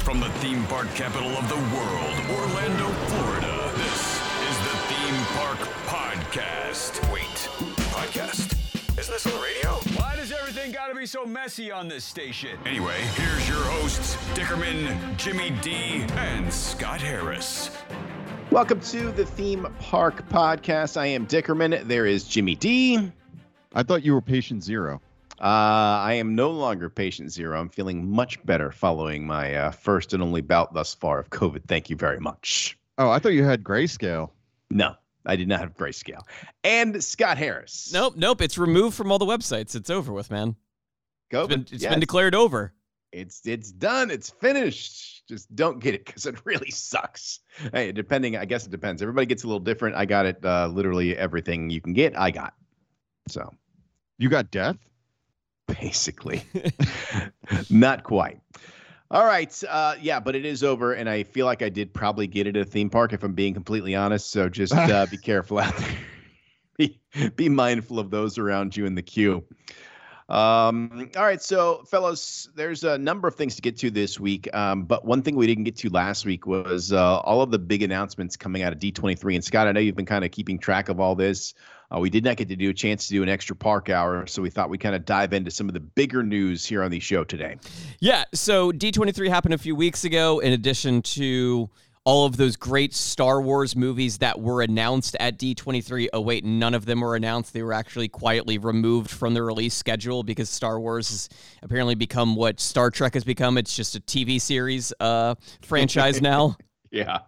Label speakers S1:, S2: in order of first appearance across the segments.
S1: From the theme park capital of the world, Orlando, Florida, this is the Theme Park Podcast. Wait, podcast? Isn't this on the radio?
S2: Why does everything gotta be so messy on this station?
S1: Anyway, here's your hosts, Dickerman, Jimmy D, and Scott Harris.
S3: Welcome to the Theme Park Podcast. I am Dickerman. There is Jimmy D. Uh,
S4: I thought you were patient zero.
S3: I am no longer patient zero. I'm feeling much better following my uh, first and only bout thus far of COVID. Thank you very much.
S4: Oh, I thought you had grayscale.
S3: No, I did not have grayscale. And Scott Harris.
S5: Nope, nope. It's removed from all the websites. It's over with, man.
S3: COVID.
S5: It's been, it's
S3: yes.
S5: been declared over.
S3: it's it's done it's finished just don't get it because it really sucks hey depending i guess it depends everybody gets a little different i got it uh, literally everything you can get i got so
S4: You got death?
S3: basically not quite all right uh, yeah but it is over and i feel like i did probably get it at a theme park if i'm being completely honest so just uh, be careful out there be, be mindful of those around you in the queue um, all right so fellows there's a number of things to get to this week um, but one thing we didn't get to last week was uh, all of the big announcements coming out of d23 and scott i know you've been kind of keeping track of all this uh, we did not get to do a chance to do an extra park hour, so we thought we'd kind of dive into some of the bigger news here on the show today.
S5: Yeah, so D23 happened a few weeks ago, in addition to all of those great Star Wars movies that were announced at D23. Oh, wait, none of them were announced. They were actually quietly removed from the release schedule because Star Wars has apparently become what Star Trek has become. It's just a TV series uh, franchise now.
S3: Yeah.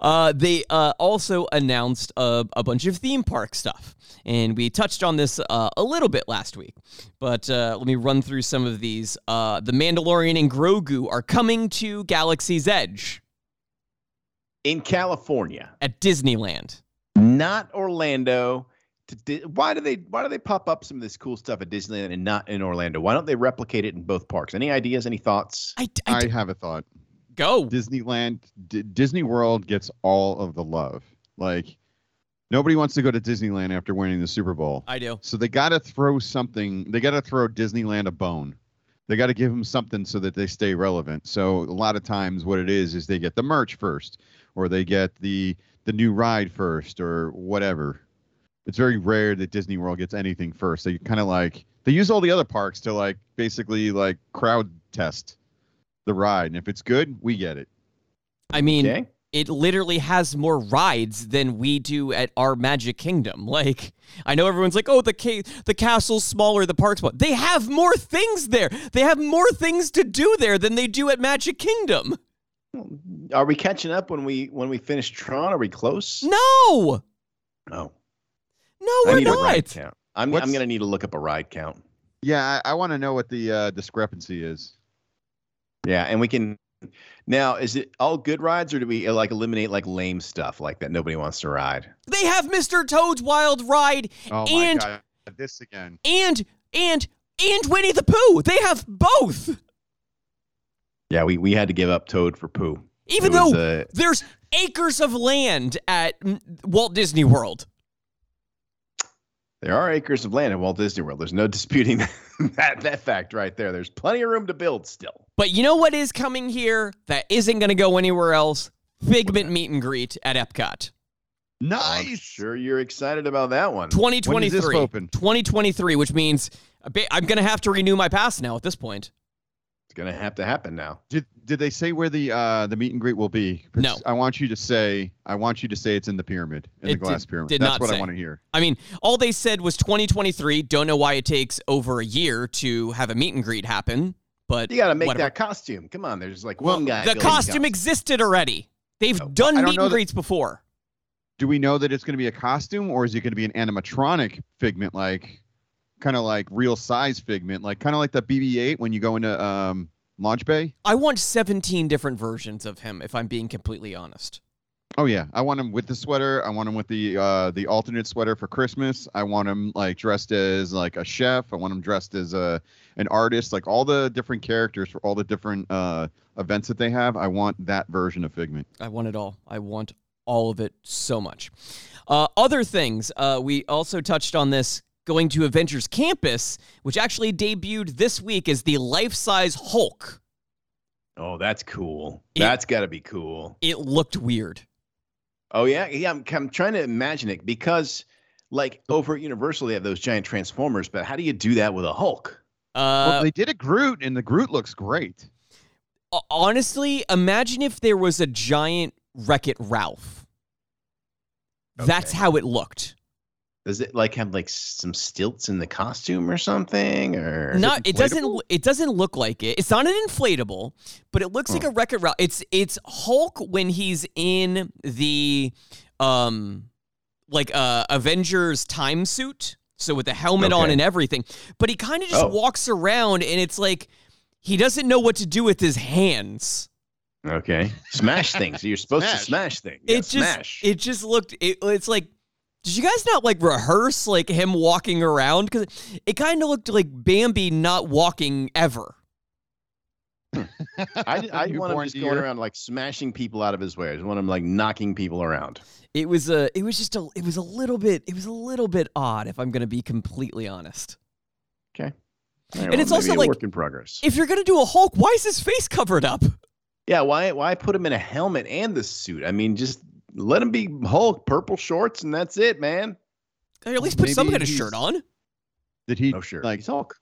S5: Uh, they uh, also announced a, a bunch of theme park stuff. And we touched on this uh, a little bit last week. But uh, let me run through some of these. Uh, the Mandalorian and Grogu are coming to Galaxy's Edge
S3: In California,
S5: at Disneyland.
S3: not Orlando. To Di- why do they why do they pop up some of this cool stuff at Disneyland and not in Orlando? Why don't they replicate it in both parks? Any ideas? Any thoughts?
S5: I, I,
S4: I have a thought.
S5: go.
S4: Disneyland, D- Disney World gets all of the love. Like, nobody wants to go to Disneyland after winning the Super Bowl.
S5: I do.
S4: So they got to throw something. They got to throw Disneyland a bone. They got to give them something so that they stay relevant. So a lot of times, what it is is they get the merch first, or they get the the new ride first, or whatever. It's very rare that Disney World gets anything first. They kind of like they use all the other parks to like basically like crowd test the ride, and if it's good, we get it.
S5: I mean,
S3: Okay.
S5: it literally has more rides than we do at our Magic Kingdom. Like, I know everyone's like, "Oh, the ca- the castle's smaller, the park's smaller." They have more things there. They have more things to do there than they do at Magic Kingdom.
S3: Are we catching up when we when we finish Tron? Are we close?
S5: No,
S3: No.
S5: no,
S3: I
S5: we're
S3: need a ride
S5: not.
S3: count. I'm
S4: What's-
S3: I'm gonna need to look up a ride count.
S4: Yeah, I, I want to know what the uh, discrepancy is.
S3: Yeah, and we can now is it all good rides or do we uh, like eliminate like lame stuff like that nobody wants to ride?
S5: They have Mr. Toad's Wild Ride
S4: Oh
S5: And-
S4: my god, this again.
S5: and and and Winnie the Pooh. They have both.
S3: Yeah, we, we had to give up Toad for poo.
S5: Even
S3: It was,
S5: though
S3: uh,
S5: there's acres of land at mm, Walt Disney World.
S3: there are acres of land at Walt Disney World, there's no disputing that that fact right there. There's plenty of room to build still.
S5: But you know what is coming here that isn't going to go anywhere else? Figment meet and greet at Epcot.
S3: I'm sure you're excited about that one.
S5: 2023.
S4: When is this open?
S5: 2023, which means a bit- I'm going to have to renew my pass now at this point.
S3: It's gonna have to happen now.
S4: Did did they say where the uh the meet and greet will be? 'Cause
S5: No.
S4: I want you to say I want you to say it's in the pyramid, in
S5: It
S4: the
S5: did-
S4: glass pyramid.
S5: did
S4: That's
S5: not
S4: what
S5: say.
S4: I want to hear.
S5: I mean, all they said was 2023. Don't know why it takes over a year to have a meet and greet happen, but
S3: You gotta make
S5: whatever.
S3: that costume. Come on, there's like
S4: Well,
S3: one guy.
S5: The
S3: building
S5: costume
S3: costumes.
S5: existed already. They've
S3: Oh,
S5: done
S4: I don't
S5: meet
S4: know
S5: and
S4: that-
S5: greets before.
S4: Do we know that it's going to be a costume or is it going to be an animatronic figment like kind of like real size figment like kind of like the BB8 when you go into um launch bay.
S5: I want 17 different versions of him, if I'm being completely honest.
S4: Oh yeah, I want him with the sweater. I want him with the uh, the alternate sweater for Christmas. I want him like dressed as like a chef. I want him dressed as a an artist. Like all the different characters for all the different uh, events that they have. I want that version of Figment.
S5: I want it all. I want all of it so much. Uh, other things, uh, we also touched on this going to Avengers Campus, which actually debuted this week as the life size Hulk.
S3: Oh, that's cool.
S5: It-
S3: that's got to be cool.
S5: It looked weird.
S3: Oh yeah, yeah. I'm, I'm trying to imagine it because, like, over at Universal they have those giant transformers, but how do you do that with a Hulk?
S4: well,
S5: Uh,
S4: they did a Groot, and the Groot looks great.
S5: ho- honestly, imagine if there was a giant Wreck It Ralph. That's
S3: Okay.
S5: how it looked.
S3: Does it like have like some stilts in the costume or something? Or
S5: No, it doesn't. l- It doesn't look like it. It's not an inflatable, but it looks like a Wreck-It Ralph. It's it's Hulk when he's in the, um, like uh Avengers time suit, so with the helmet on
S3: Okay.
S5: and everything. But he kind of just
S3: Oh.
S5: walks around, and it's like he doesn't know what to do with his hands.
S3: Okay, smash things. You're supposed to smash
S4: Smash.
S3: things. Yeah,
S5: it just
S3: smash.
S5: it just looked. It, it's like. Did you guys not like rehearse like him walking around? Because it kind of looked like Bambi not walking ever.
S3: I, I want him
S4: Newborn
S3: just
S4: deer.
S3: going around like smashing people out of his way. I just want him like knocking people around.
S5: It was a. It was just a. It was a little bit. It was a little bit odd, if I'm going to be completely honest.
S3: Okay.
S5: And it's
S3: a
S5: also like-
S3: work in progress.
S5: If you're going to do a Hulk, why is his face covered up?
S3: yeah, why why put him in a helmet and the suit? I mean, just let him be Hulk, purple shorts, and that's it, man.
S5: Or at least put some
S4: Maybe
S5: kind of
S4: he's-
S5: shirt on.
S4: Did he
S3: No shirt.
S4: like
S3: he's Hulk.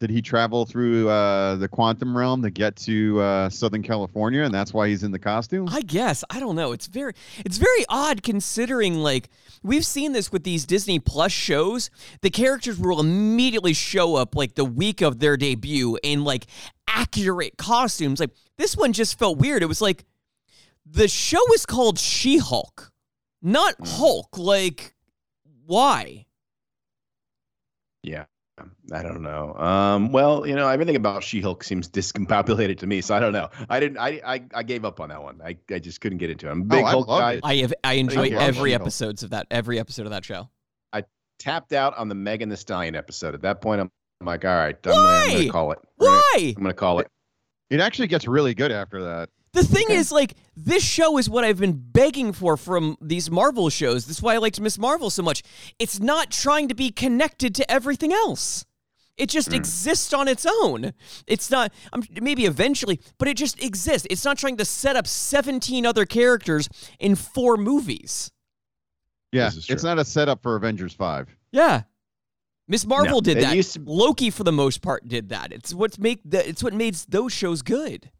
S4: did he travel through uh, the quantum realm to get to uh, Southern California, and that's why he's in the costume?
S5: I guess I don't know. It's very. It's very odd considering like we've seen this with these Disney Plus shows. The characters will immediately show up like the week of their debut in like accurate costumes. Like this one just felt weird. It was like the show is called She-Hulk, not Hulk. Like why?
S3: Yeah. I don't know. Um, well, you know, everything about She-Hulk seems discombobulated to me, so I don't know. I didn't. I I, I gave up on that one. I, I just couldn't get into it. I'm a big
S4: Oh, I
S3: Hulk
S4: love
S3: guy.
S4: it.
S5: I have I enjoy
S4: love
S5: every
S4: She-Hulk.
S5: episodes of that every episode of that show.
S3: Tapped out on the Megan the Stallion episode. At that point, I'm, I'm like, all right, I'm, gonna- I'm
S5: Why?
S3: gonna call it. I'm gonna-
S5: Why?
S3: I'm gonna call it.
S4: It actually gets really good after that.
S5: The thing is like this show is what I've been begging for from these Marvel shows. That's why I liked Miss Marvel so much. It's not trying to be connected to everything else. It just
S3: Hmm.
S5: exists on its own. It's not I'm, maybe eventually, but it just exists. It's not trying to set up 17 other characters in four movies.
S4: Yeah,
S3: This is
S4: it's
S3: true.
S4: not a setup for Avengers Five.
S5: Yeah. Miss Marvel did
S3: it
S5: that.
S3: used to-
S5: Loki for the most part did that. It's what's make the, it's what made those shows good.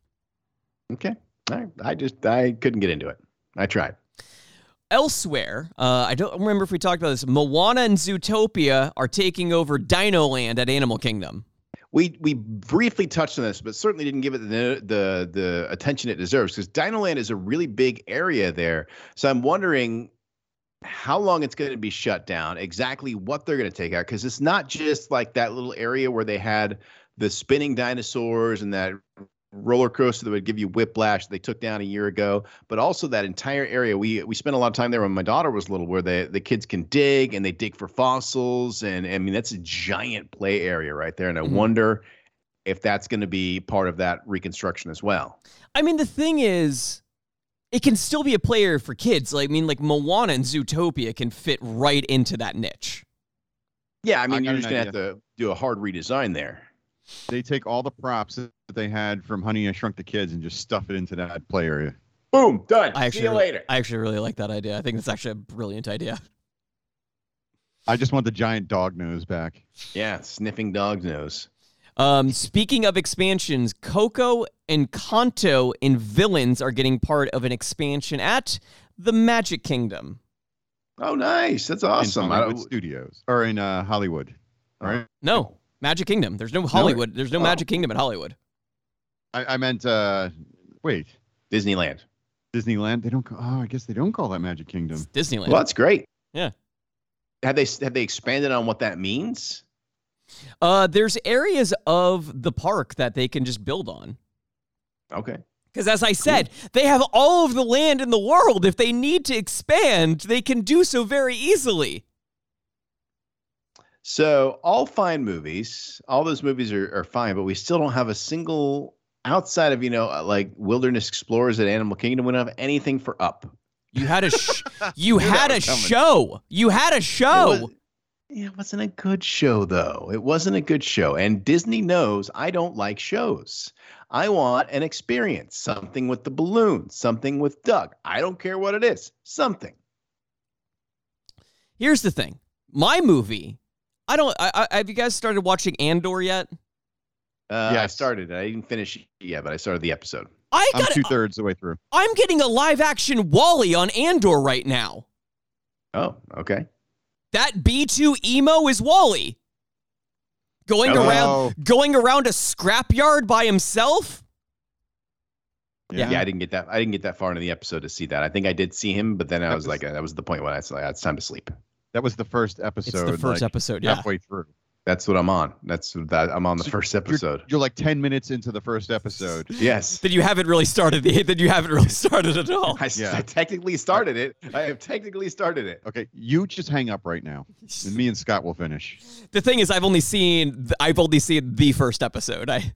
S3: Okay. All right. I just I couldn't get into it. I tried.
S5: Elsewhere, uh, I don't remember if we talked about this. Moana and Zootopia are taking over Dino Land at Animal Kingdom.
S3: We we briefly touched on this, but certainly didn't give it the the the attention it deserves because Dinoland is a really big area there. So I'm wondering how long it's going to be shut down, exactly what they're going to take out, because it's not just like that little area where they had the spinning dinosaurs and that roller coaster that would give you whiplash they took down a year ago but also that entire area we we spent a lot of time there when my daughter was little where the the kids can dig and they dig for fossils and i mean that's a giant play area right there and i
S5: Mhm.
S3: wonder if that's going to be part of that reconstruction as well
S5: I mean, the thing is, it can still be a player for kids. Like, I mean, like Moana and Zootopia can fit right into that niche.
S3: yeah i mean
S4: got
S3: you're
S4: an
S3: just going to have to do a hard redesign there
S4: They take all the props that they had from Honey I Shrunk the Kids and just stuff it into that play area.
S3: boom done
S5: I actually,
S3: see you later
S5: I actually really like that idea. I think it's actually a brilliant idea.
S4: I just want the giant dog nose back.
S3: yeah sniffing dog nose
S5: Um, speaking of expansions, Coco and Kanto and Villains are getting part of an expansion at the Magic Kingdom.
S3: oh nice that's
S4: In
S3: awesome I
S4: Hollywood
S3: don't-
S4: Studios or in uh, Hollywood, right?
S5: No, Magic Kingdom. There's no Hollywood. There's no
S3: Oh.
S5: Magic Kingdom at Hollywood.
S4: I, I meant. Uh, wait,
S3: disneyland
S4: Disneyland. They don't. ca- Oh, I guess they don't call that Magic Kingdom.
S5: It's Disneyland.
S3: Well, that's great.
S5: Yeah.
S3: Have they have they expanded on what that means?
S5: Uh, there's areas of the park that they can just build on.
S3: Okay.
S5: Because as I said, they have all of the land in the world. If they need to expand, they can do so very easily.
S3: So all fine movies, all those movies are, are fine, but we still don't have a single outside of you know uh, like Wilderness Explorers at Animal Kingdom. We don't have anything for Up.
S5: You had a sh- you had a show. You had a
S3: It
S5: show.
S3: was- yeah, it wasn't a good show though. It wasn't a good show, and Disney knows I don't like shows. I want an experience, something with the balloon, something with Doug. I don't care what it is, something.
S5: Here's the thing. My movie. I don't. I, I, have you guys started watching Andor yet?
S3: Uh, I
S4: Yes.
S3: started. it. I didn't finish it yet, but I started the episode.
S5: I
S4: I'm
S5: got.
S4: two thirds the way through.
S5: I'm getting a live action Wally on Andor right now.
S3: Oh, okay.
S5: That B2 emo is Wally. Going
S3: Hello.
S5: around going around a scrapyard by himself?
S3: Yeah. I didn't get that. I didn't get that far into the episode to see that. I think I did see him, but then I
S4: That
S3: was
S4: was-
S3: like, that was the point when I was like, "Ah, it's time to sleep.
S4: That was the first episode.
S5: It's the first
S4: like,
S5: episode, yeah.
S4: Halfway through.
S3: That's what I'm on. That's that. I'm on the
S4: So
S3: first
S4: You're-
S3: episode.
S4: You're, like 10 minutes into the first episode.
S3: yes.
S5: Then you haven't really started the then you haven't really started at all.
S3: I, s-
S4: Yeah.
S3: I technically started it. I have technically started it.
S4: Okay, you just hang up right now, and me and Scott will finish.
S5: The thing is I've only seen I've only seen the first episode. I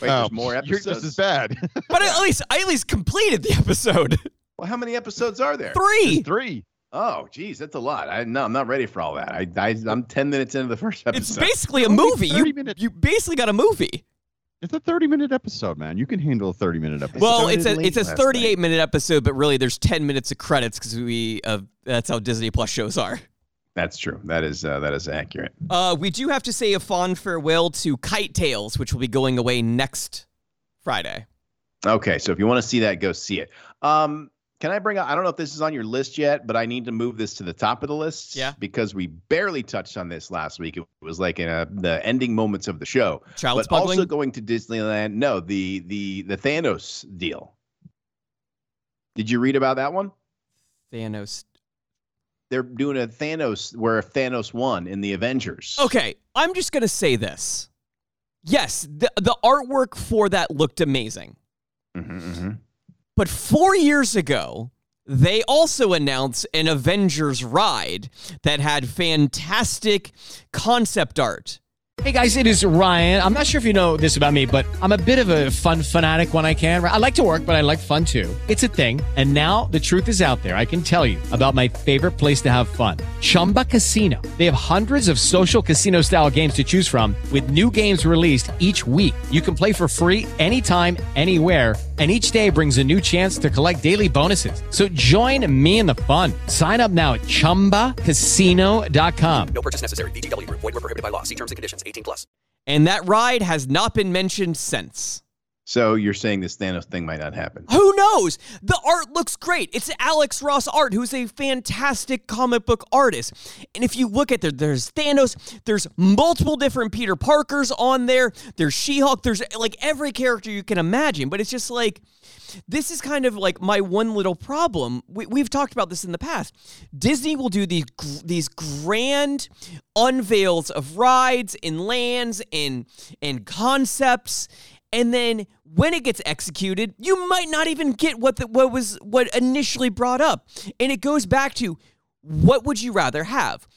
S3: Wait,
S4: Oh,
S3: there's more
S4: You're
S3: episodes.
S4: just as bad.
S5: but at least I at least completed the episode.
S3: Well, how many episodes are there?
S5: 3.
S4: Three.
S3: Oh, geez, that's a lot. I no, I'm not ready for all that. I, I I'm ten minutes into the first
S5: It's
S3: episode.
S5: basically a
S4: Only
S5: movie.
S4: 30
S5: You,
S4: minutes.
S5: you basically got a movie.
S4: It's a 30 minute episode, man. You can handle a 30 minute episode.
S5: Well,
S3: started
S5: it's a
S3: late
S5: it's a
S3: last night.
S5: 38 minute episode, but really there's 10 minutes of credits because we uh, that's how Disney Plus shows are.
S3: that's true. That is uh, that is accurate.
S5: Uh, we do have to say a fond farewell to Kite Tales, which will be going away next Friday.
S3: Okay, so if you want to see that, go see it. Um, can I bring up? I don't know if this is on your list yet, but I need to move this to the top of the list.
S5: Yeah.
S3: Because we barely touched on this last week. It was like in a, the ending moments of the show.
S5: Child
S3: but
S5: smuggling.
S3: also going to Disneyland. No, the the the Thanos deal. Did you read about that one?
S5: Thanos.
S3: They're doing a Thanos where Thanos won in the Avengers.
S5: Okay, I'm just gonna say this. Yes, the the artwork for that looked amazing.
S3: Mhm, mhm.
S5: But four years ago, they also announced an Avengers ride that had fantastic concept art.
S6: Hey guys, it is Ryan. I'm not sure if you know this about me, but I'm a bit of a fun fanatic when I can. I like to work, but I like fun too. It's a thing. And now the truth is out there. I can tell you about my favorite place to have fun Chumba Casino. They have hundreds of social casino style games to choose from, with new games released each week. You can play for free anytime, anywhere. And each day brings a new chance to collect daily bonuses. So join me in the fun. Sign up now at chumbacasino.com.
S5: And that ride has not been mentioned since.
S3: So you're saying this Thanos thing might not happen?
S5: Who knows? The art looks great. It's Alex Ross Art, who's a fantastic comic book artist. And if you look at there, there's Thanos, there's multiple different Peter Parkers on there, there's She Hulk, there's like every character you can imagine. But it's just like, this is kind of like my one little problem. We, we've talked about this in the past. Disney will do these gr- these grand unveils of rides and lands and and concepts, and then when it gets executed, you might not even get what the, what was what initially brought up, and it goes back to what would you rather have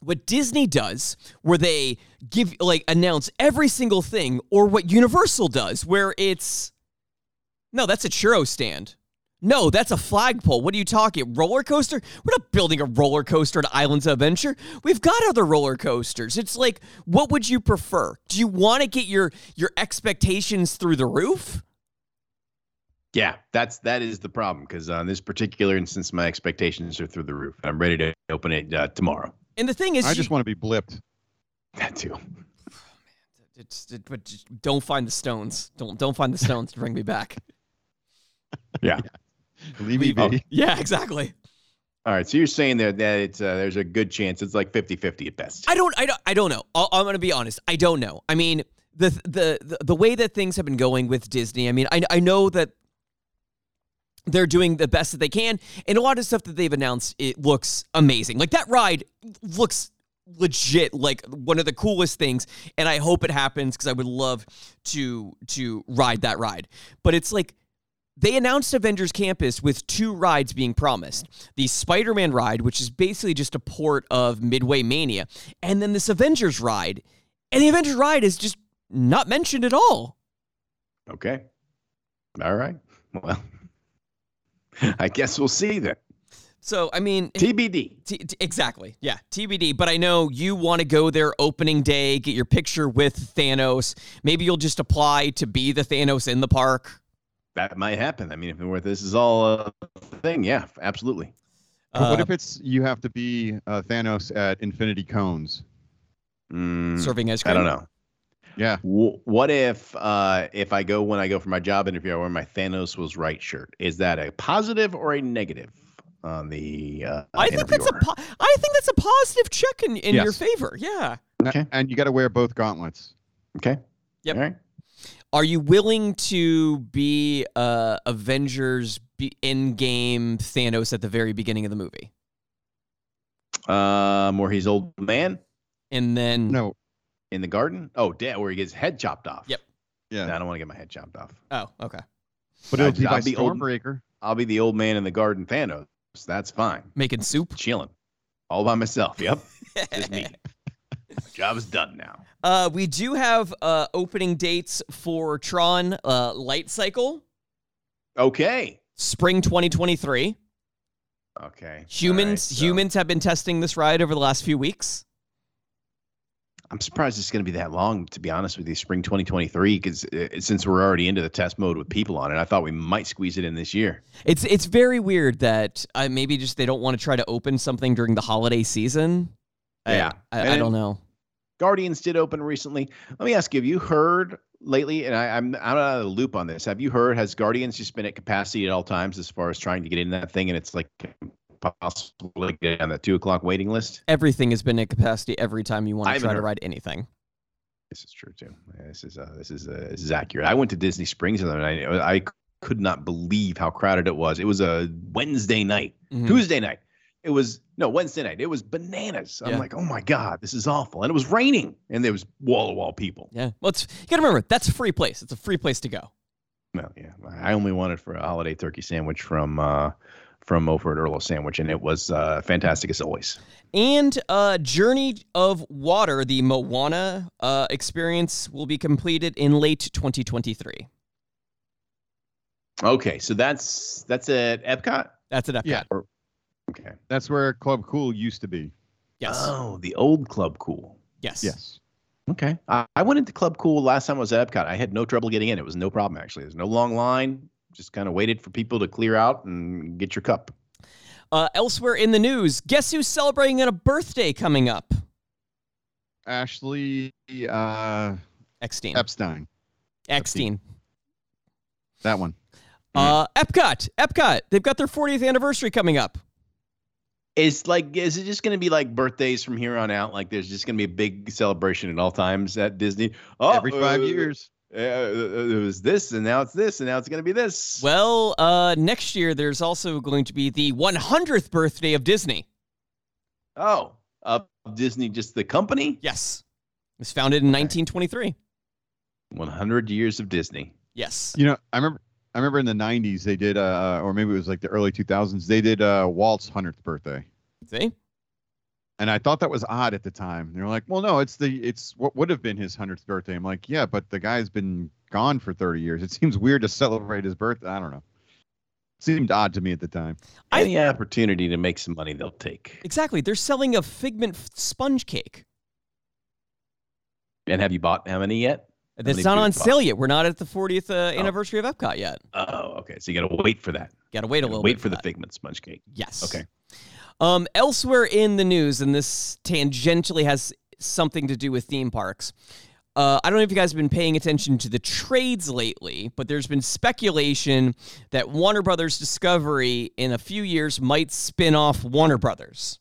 S5: what Disney does, where they give like announce every single thing, or what Universal does, where it's no, that's a churro stand. No, that's a flagpole. What are you talking? Roller coaster? We're not building a roller coaster at Islands of Adventure. We've got other roller coasters. It's like, what would you prefer? Do you want to get your your expectations through the roof?
S3: Yeah, that's that is the problem because on this particular instance, my expectations are through the roof. I'm ready to open it uh, tomorrow.
S5: And the thing is,
S4: I
S5: you-
S4: just want to be blipped.
S3: That too.
S5: it's, it, but just don't find the stones. Don't don't find the stones to bring me back.
S3: Yeah.
S4: Leave me be.
S5: Yeah, exactly.
S3: All right. So you're saying there that it's uh, there's a good chance it's like 50-50 at best.
S5: I don't, I don't, I don't know. i I'm gonna be honest. I don't know. I mean, the the the, the way that things have been going with Disney. I mean, I I know that they're doing the best that they can, and a lot of stuff that they've announced it looks amazing. Like that ride looks legit like one of the coolest things and i hope it happens because i would love to to ride that ride but it's like they announced avengers campus with two rides being promised the spider-man ride which is basically just a port of midway mania and then this avengers ride and the avengers ride is just not mentioned at all
S3: Okay. All right. Well, I guess we'll see then.
S5: so i mean
S3: TBD.
S5: T- t- exactly. Yeah. TBD. But I know you want to go there opening day, get your picture with Thanos. Maybe you'll just apply to be the Thanos in the park.
S3: That might happen. I mean, if it were, this is all a thing, yeah, absolutely.
S4: But what
S5: Uh,
S4: if it's you have to be uh, Thanos at Infinity Cones?
S3: Mm,
S5: serving ice cream?
S3: I don't know.
S4: Yeah.
S3: Wh- What if uh, if I go when I go for my job interview, I wear my Thanos was right shirt? Is that a positive or a negative on the? Uh,
S5: I think that's a
S3: interviewer?
S5: po- I think that's a positive check in, in your
S4: Yes.
S5: favor. Yeah.
S3: Okay.
S4: And you got to wear both gauntlets.
S3: okay.
S5: Yep.
S3: All right.
S5: Are you willing to be uh, Avengers be- in-game Thanos at the very beginning of the movie,
S3: Um, where he's old man
S5: and then
S4: No.
S3: in the garden. Oh, dad, where he gets his head chopped off.
S5: Yep.
S4: Yeah.
S3: No, I don't want to get my head chopped off.
S5: Oh, okay.
S4: But
S3: I'll
S4: it'll be
S3: just- I'll
S4: by
S3: be old-
S4: Stormbreaker.
S3: I'll be the old man in the garden, Thanos. That's fine.
S5: Making soup.
S3: Chilling, all by myself. Yep. Just me. my job is done now.
S5: Uh, we do have uh, opening dates for Tron uh, Light Cycle.
S3: Okay.
S5: spring 2023
S3: Okay.
S5: humans
S3: All right, so-
S5: humans have been testing this ride over the last few weeks
S3: I'm surprised it's going to be that long, to be honest with you, spring 2023, because uh, since we're already into the test mode with people on it, I thought we might squeeze it in this year.
S5: it's it's very weird that uh, maybe just they don't want to try to open something during the holiday season I-
S3: Yeah.
S5: i, I
S3: And-
S5: don't know
S3: Guardians did open recently. Let me ask you, have you heard lately, and I, I'm, I'm out of the loop on this, have you heard, has Guardians just been at capacity at all times as far as trying to get in that thing, and it's like impossible to get on that two o'clock waiting list?
S5: everything has been at capacity every time you want
S3: I
S5: to
S3: haven't
S5: try to
S3: heard.
S5: ride anything
S3: This is true too. Yeah, This is uh, this is uh, this is accurate. I went to Disney Springs the other night. and I could not believe how crowded it was. It was a Wednesday night,
S5: Mhm.
S3: Tuesday night. It was no Wednesday night. It was bananas.
S5: Yeah.
S3: I'm like, oh my god, this is awful. And it was raining, and there was wall to wall people.
S5: yeah well it's, you gotta remember that's a free place it's a free place to go
S3: Well, yeah, I only wanted for a holiday turkey sandwich from uh, from over at Erlo Sandwich, and it was uh, fantastic as always.
S5: and uh, journey of water the moana uh, experience will be completed in late 2023
S3: Okay, so that's that's at Epcot.
S5: that's it epcot
S4: Yeah.
S3: Okay.
S4: That's where Club Cool used to be.
S5: yes
S3: Oh, the old Club Cool.
S5: yes
S4: Yes.
S3: Okay. I, I went into Club Cool last time I was at Epcot. I had no trouble getting in. It was no problem, actually. There's no long line. Just kind of waited for people to clear out and get your cup.
S5: Uh, elsewhere in the news, guess who's celebrating a birthday coming up?
S4: Ashley uh,
S5: Eckstein.
S4: Epstein.
S5: Eckstein.
S4: That one. Mm-hmm.
S5: Uh, Epcot. Epcot. They've got their 40th anniversary coming up.
S3: Is like, is it just going to be like birthdays from here on out? Like, there's just going to be a big celebration at all times at Disney. Oh,
S4: Every five
S3: uh,
S4: years.
S3: uh, it was this, and now it's this, and now it's going to be this.
S5: Well, uh, next year there's also going to be the 100th birthday of Disney.
S3: oh, uh, Disney, just the company.
S5: Yes. It was founded in 1923.
S3: 100 years of Disney.
S5: Yes.
S4: You know, I remember. I remember in the '90s they did, uh, or maybe it was like the early 2000s. They did uh, Walt's hundredth birthday,
S5: See?
S4: and I thought that was odd at the time. They were like, "Well, no, it's the it's what would have been his hundredth birthday." I'm like, "Yeah, but the guy's been gone for 30 years. It seems weird to celebrate his birthday." I don't know. seemed odd to me at the time.
S5: I-
S3: Any opportunity to make some money, they'll take.
S5: Exactly. They're selling a figment f- sponge cake.
S3: And have you bought how many yet?
S5: That's
S3: many
S5: not on
S3: people-
S5: sale yet. We're not at the 40th uh,
S3: Oh.
S5: anniversary of Epcot yet.
S3: Oh, okay. So you got to wait for that.
S5: Got to wait a little
S3: wait
S5: bit.
S3: for the
S5: that.
S3: figment sponge cake.
S5: Yes.
S3: Okay.
S5: Um, elsewhere in the news, and this tangentially has something to do with theme parks. Uh, I don't know if you guys have been paying attention to the trades lately, but there's been speculation that Warner Brothers Discovery in a few years might spin off Warner Brothers.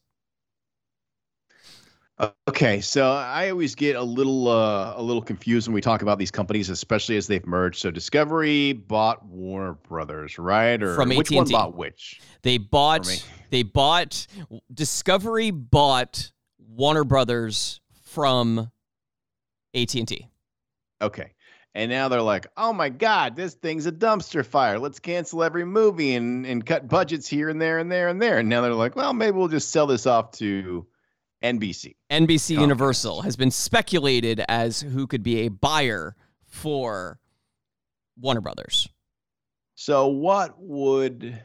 S3: Uh, Okay, so I always get a little uh, a little confused when we talk about these companies, especially as they've merged. So Discovery bought Warner Brothers, right? Or
S5: From
S3: which one
S5: AT&T.
S3: bought which?
S5: They
S3: For me.
S5: bought, they bought, Discovery bought Warner Brothers from AT&T.
S3: Okay. And now they're like, oh my God, this thing's a dumpster fire. Let's cancel every movie and, and cut budgets here and there and there and there. And now they're like, well, maybe we'll just sell this off to NBC.
S5: NBC
S3: Comcast.
S5: Universal has been speculated as who could be a buyer for Warner Brothers.
S3: So, what would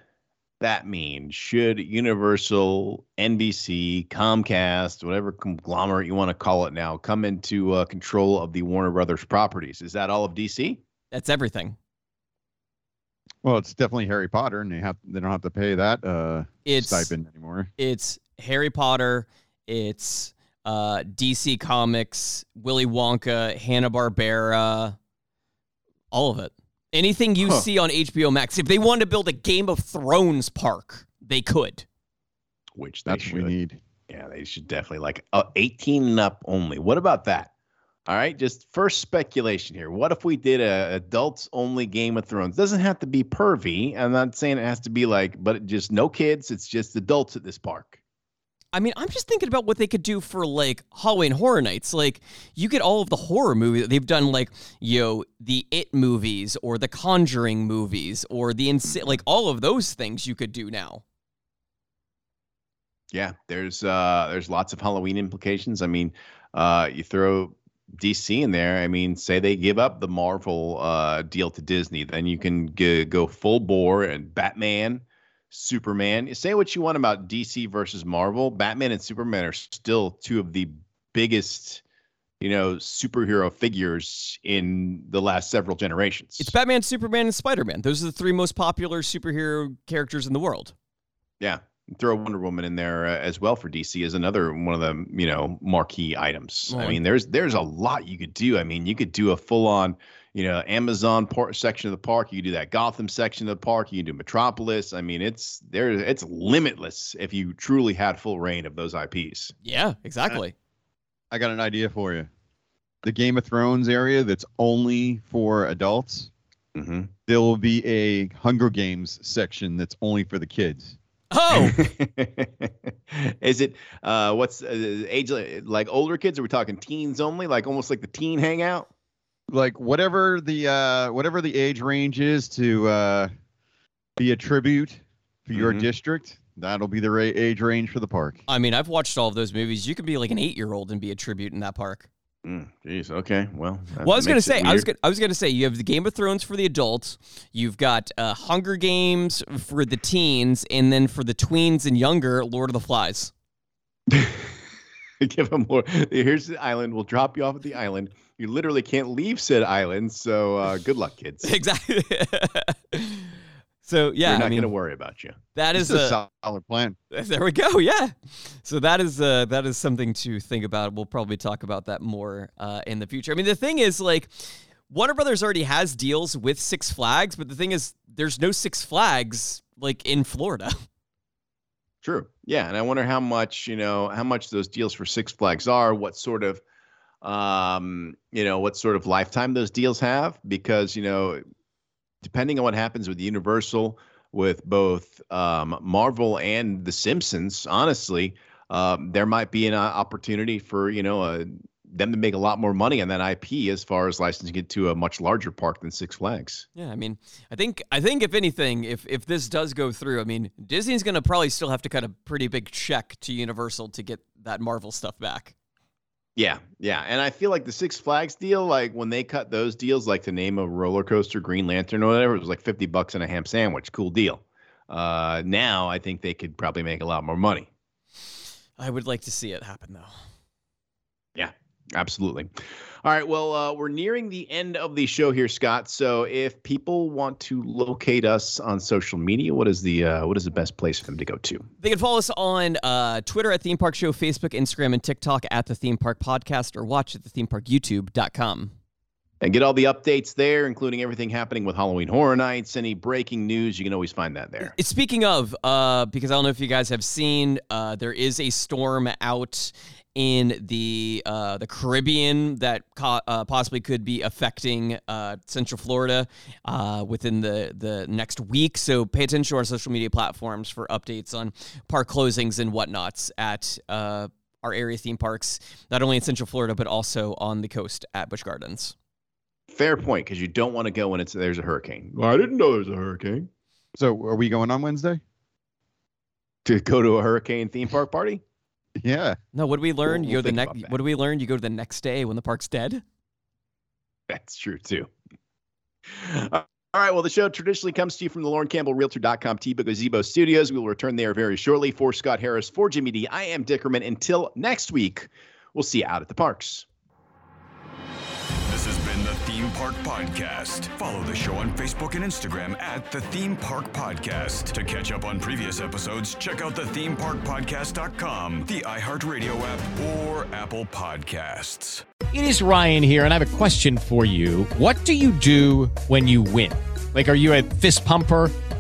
S3: that mean? Should Universal, NBC, Comcast, whatever conglomerate you want to call it now, come into uh, control of the Warner Brothers properties? Is that all of DC?
S5: That's everything.
S4: Well, it's definitely Harry Potter, and they have they don't have to pay that uh,
S5: It's
S4: stipend anymore.
S5: it's Harry Potter, it's uh, DC Comics, Willy Wonka, Hanna Barbera, all of it. Anything you
S4: Huh.
S5: see on HBO Max. If they wanted to build a Game of Thrones park, they could.
S3: Which they
S4: That's what we
S3: should.
S4: need.
S3: Yeah, they should definitely like uh, 18 and up only. What about that? All right, just first speculation here. What if we did a adults only Game of Thrones? Doesn't have to be pervy. I'm not saying it has to be like, but it just no kids. It's just adults at this park.
S5: I mean, I'm just thinking about what they could do for like Halloween Horror Nights. Like, you get all of the horror movies that they've done, like you know, the It movies or the Conjuring movies or the Insi- like all of those things you could do now.
S3: Yeah, there's uh there's lots of Halloween implications. I mean, uh you throw DC in there. I mean, say they give up the Marvel uh deal to Disney, then you can g- go full bore and Batman, Superman. Say what you want about DC versus Marvel. Batman and Superman are still two of the biggest, you know, superhero figures in the last several generations.
S5: It's Batman, Superman, and Spider Man. Those are the three most popular superhero characters in the world.
S3: Yeah. Throw Wonder Woman in there uh, as well for DC is another one of the you know marquee items. I
S5: Right.
S3: mean, there's there's a lot you could do. I mean, you could do a full on you know Amazon par- section of the park. You could do that Gotham section of the park. You can do Metropolis. I mean, it's there. It's limitless if you truly had full reign of those IPs.
S5: Yeah, exactly.
S4: I got an idea for you. The Game of Thrones area that's only for adults.
S3: Mm-hmm.
S4: There will be a Hunger Games section that's only for the kids.
S5: Oh,
S3: is it uh what's uh, age like older kids? Are we talking teens only? Like almost like the teen hangout?
S4: Like whatever the uh, whatever the age range is to uh, be a tribute for your
S3: Mhm.
S4: district, that'll be the ra- age range for the park.
S5: I mean, I've watched all of those movies. You could be like an eight year old and be a tribute in that park.
S3: Mm, Jeez. Okay. Well. that
S5: well, I was gonna
S3: makes it
S5: say, I was
S3: weird.
S5: gonna, I was gonna say, you have the Game of Thrones for the adults, you've got uh, Hunger Games for the teens, and then for the tweens and younger, Lord of the Flies.
S3: give them more. Here's the island. We'll drop you off at the island. You literally can't leave said island. So uh, good luck, kids.
S5: Exactly. so yeah,
S3: We're not
S5: I mean,
S3: gonna worry about you.
S5: that
S4: This
S5: is
S4: is
S5: a,
S4: a solid plan.
S5: there we go. Yeah. So that is uh, that is something to think about. We'll probably talk about that more uh, in the future. I mean, the thing is, like, Warner Brothers already has deals with Six Flags, but the thing is, there's no Six Flags like in Florida.
S3: True. Yeah, and I wonder how much you know how much those deals for Six Flags are. What sort of um you know what sort of lifetime those deals have because you know depending on what happens with universal with both um marvel and the simpsons honestly um there might be an uh, opportunity for you know uh them to make a lot more money on that ip as far as licensing it to a much larger park than six flags
S5: Yeah, I mean, I think I think if anything, if if this does go through, I mean, Disney's going to probably still have to cut a pretty big check to Universal to get that Marvel stuff back.
S3: Yeah, yeah, and I feel like the Six Flags deal, like when they cut those deals, like to name a roller coaster Green Lantern or whatever, it was like fifty bucks and a ham sandwich. Cool deal. Uh, now I think they could probably make a lot more money.
S5: I would like to see it happen though.
S3: Absolutely. All right. Well, uh, we're nearing the end of the show here, Scott. So if people want to locate us on social media, what is the uh, what is the best place for them to go to?
S5: They can follow us on uh, Twitter at Theme Park Show, Facebook, Instagram, and TikTok at the Theme Park Podcast, or watch at the Theme Park YouTube.com.
S3: And get all the updates there, including everything happening with Halloween Horror Nights, any breaking news. You can always find that there.
S5: Speaking of, uh, because I don't know if you guys have seen, uh, there is a storm out in the uh, the Caribbean that co- uh, possibly could be affecting uh, Central Florida uh, within the the next week. So pay attention to our social media platforms for updates on park closings and whatnots at uh, our area theme parks, not only in Central Florida, but also on the coast at Busch Gardens.
S3: Fair point, because you don't want to go when it's there's a hurricane. Well, I didn't know there's a hurricane.
S4: So are we going on Wednesday?
S3: To go to a hurricane theme park party?
S4: Yeah.
S5: No, what do we learn?
S3: We'll-
S5: you go
S3: we'll
S5: the
S3: think
S5: next.
S3: about that.
S5: What do we learn? You go to the next day when the park's dead.
S3: That's true too. Uh, All right. Well, the show traditionally comes to you from the Lauren Campbell Realtor.com Tiba Gazebo Studios. We will return there very shortly. For Scott Harris, for Jimmy D, I am Dickerman. Until next week, we'll see you out at the parks.
S1: This has been the Theme Park Podcast. Follow the show on Facebook and Instagram at the Theme Park Podcast. To catch up on previous episodes, check out the themeparkpodcast.com, the iHeartRadio app, or Apple Podcasts.
S6: It is Ryan here, and I have a question for you. What do you do when you win? Like, are you a fist pumper?